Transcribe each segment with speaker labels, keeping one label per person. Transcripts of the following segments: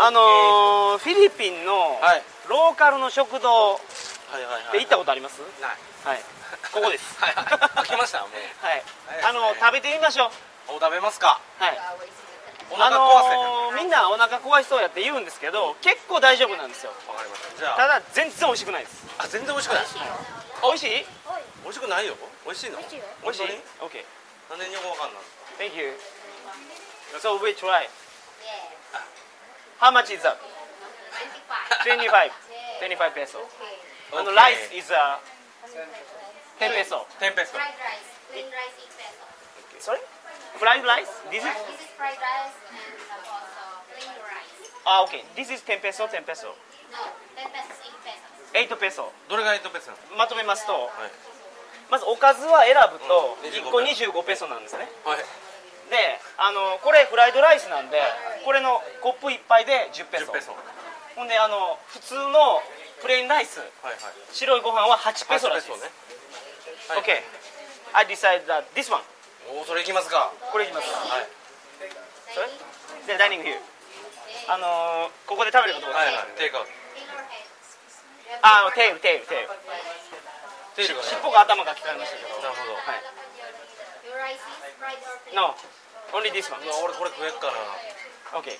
Speaker 1: あのーフィリピンの
Speaker 2: はい
Speaker 1: ローカルの食堂
Speaker 2: はいはいは
Speaker 1: で
Speaker 2: い
Speaker 1: 行ったことあります
Speaker 2: な
Speaker 1: は
Speaker 2: い
Speaker 1: いここです
Speaker 2: はい はい開けましたもう
Speaker 1: はい
Speaker 2: はい
Speaker 1: あの食べてみましょう
Speaker 2: お食べますか
Speaker 1: はい
Speaker 2: お
Speaker 1: あ
Speaker 2: 腹壊せわ、
Speaker 1: のーみんなお腹壊しそうやって言うんですけど結構大丈夫なんですよ
Speaker 2: かりましたじゃ
Speaker 1: た
Speaker 2: あ
Speaker 1: だ全然美味しくないです
Speaker 2: あ全然美味しくない
Speaker 1: 美味しい
Speaker 2: 美味しくないよ美味しいの
Speaker 3: 美味しいよ
Speaker 1: 美味しい
Speaker 2: 本
Speaker 1: ?OK
Speaker 2: 当に何で日本語わかんない
Speaker 1: Thank you So we try How much is that? 25 25 peso And
Speaker 2: Okay.
Speaker 1: rice is uh, 10 peso
Speaker 2: テンペスト
Speaker 3: Fried rice, plain rice, eight peso.
Speaker 1: Sorry? Fried rice? This is?
Speaker 3: This is fried rice and uh, also plain rice.
Speaker 1: Ah, okay This is 10 peso, 10 peso
Speaker 3: No, ten pesos, eight
Speaker 1: 8
Speaker 3: pesos.
Speaker 1: ペソ
Speaker 2: どれがエイトペストなの
Speaker 1: まとめますと、
Speaker 2: はい
Speaker 1: まずおかずは選ぶと
Speaker 2: うん
Speaker 1: 1個25ペソなんですね
Speaker 2: はい
Speaker 1: であのこれフライドライスなんでこれのコップ1杯で10ペソ
Speaker 2: 10ペソはい
Speaker 1: ほんであの普通のプレーンライス
Speaker 2: はい
Speaker 1: 白いご飯は8ペソらしいです、
Speaker 2: ね
Speaker 1: OK I decided that this one
Speaker 2: おーそれいきますか
Speaker 1: これいきます
Speaker 2: はい
Speaker 1: それでダイニングヒューあのーここで食べることができ
Speaker 2: は
Speaker 1: る
Speaker 2: いはいテイクアウト
Speaker 3: Taylor heads.
Speaker 1: あーテールテールテール
Speaker 2: テイルがね
Speaker 1: 尻尾が頭が聞かれましたけど
Speaker 2: なるほど
Speaker 3: Your rice is fried or plain.
Speaker 1: No only this one
Speaker 2: うわ俺これ食えっかな
Speaker 1: OK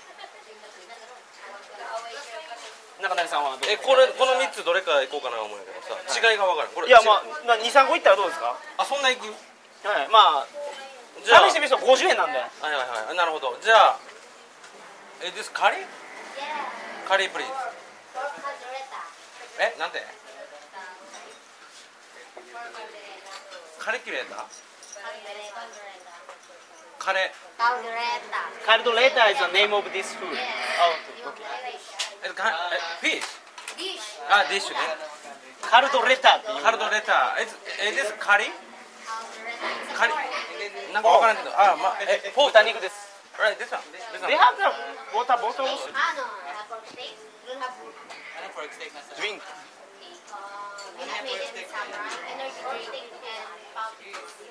Speaker 1: 中谷さんはどう
Speaker 2: えこれこの3つどれからいこうかな思うんやけどさ違いがわからんこれ
Speaker 1: いやまあ23個いったらどうですか
Speaker 2: あそんな行く
Speaker 1: はいまあ
Speaker 2: じゃあ
Speaker 1: 試してみると50円なんで
Speaker 2: はいはいはいなるほどじゃあえ this カリー
Speaker 3: Yeah.
Speaker 2: カリープリーズ
Speaker 3: Caldereta.
Speaker 2: えなんでカリキュレーター
Speaker 3: Caldereta.
Speaker 2: カレ
Speaker 3: Caldereta.
Speaker 1: カルドレーター is the name of this food
Speaker 3: You want rice?
Speaker 2: ーえかえフィッシュ
Speaker 3: Dish.
Speaker 2: あディッシュね
Speaker 1: カルドレターっていう
Speaker 2: カルドレターええ this カリー
Speaker 3: Caldereta. It's
Speaker 2: カリなん
Speaker 3: a pork.
Speaker 2: かわからんけどあまあえポー
Speaker 1: 豚
Speaker 2: ク
Speaker 1: 肉です
Speaker 2: right this one this
Speaker 1: They
Speaker 2: one
Speaker 1: have the water bottles
Speaker 3: Ah, no. A pork steak. We'll have pork steak.
Speaker 1: drink
Speaker 3: Uh, we have made it in samurai. Energy drink and pouches.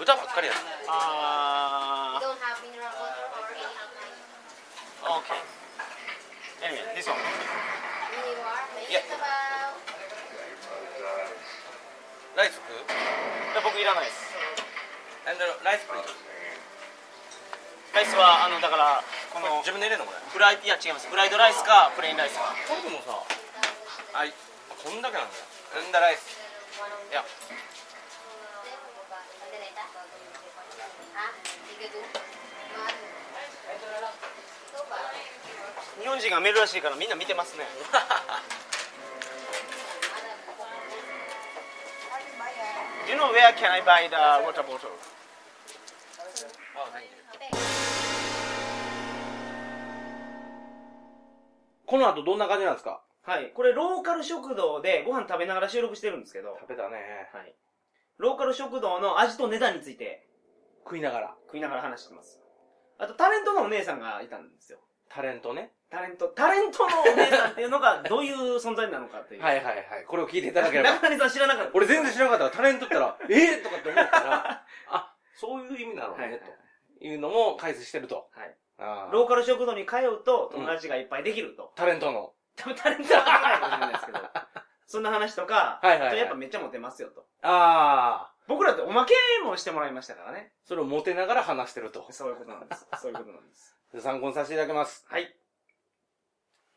Speaker 2: 豚ばっかりやな
Speaker 3: We
Speaker 1: あ
Speaker 3: don't have mineral water or any alcohol.
Speaker 1: ー OK Anyway this one
Speaker 3: Here you are.
Speaker 2: Yeah.
Speaker 3: It's about
Speaker 2: ライス食う
Speaker 1: 僕いらないです
Speaker 2: and the ライスプリーズ
Speaker 1: ライスはあのだからこの
Speaker 2: 自分で入れんのこれ
Speaker 1: フライいや違いますフライドライスかプレーンライスか
Speaker 2: ポークもさあいこんだけなんだよんだライスいや
Speaker 3: Caldereta. Ah, tiga tu. Mahal. Ito ba?
Speaker 1: 日本人が珍しいからみんな見てますね Do you know where can I buy the water bottle?
Speaker 2: この後どんな感じなんですか
Speaker 1: はい、これローカル食堂でご飯食べながら収録してるんですけど、は
Speaker 2: 食べたね
Speaker 1: い、ローカル食堂の味と値段について
Speaker 2: 食いながら
Speaker 1: 食いながら話してます。あとタレントのお姉さんがいたんですよ。
Speaker 2: タレントね
Speaker 1: タレント、タレントのお姉さんっていうのがどういう存在なのかっていう。
Speaker 2: はい
Speaker 1: い。
Speaker 2: はいはいこれを聞いていただけれ ば
Speaker 1: 中谷さん知らなかった。
Speaker 2: 俺全然知らなかったからタレントった ら「えーとかって思ったらあそういう意味なの
Speaker 1: はいはい
Speaker 2: ねというのも解説してると
Speaker 1: はい
Speaker 2: あー
Speaker 1: ローカル食堂に通うと友達がいっぱいできると。
Speaker 2: タレントの
Speaker 1: 多分タレントは関係ないかもしれないですけ ど。そんな話とか、
Speaker 2: はいはいはい
Speaker 1: あとやっぱめっちゃモテますよと。
Speaker 2: ああ
Speaker 1: 僕らっておまけもしてもらいましたからね。
Speaker 2: それをモテながら話してると
Speaker 1: そういうことなんです。そういうことなんです。
Speaker 2: 参考にさせていただきます
Speaker 1: はい。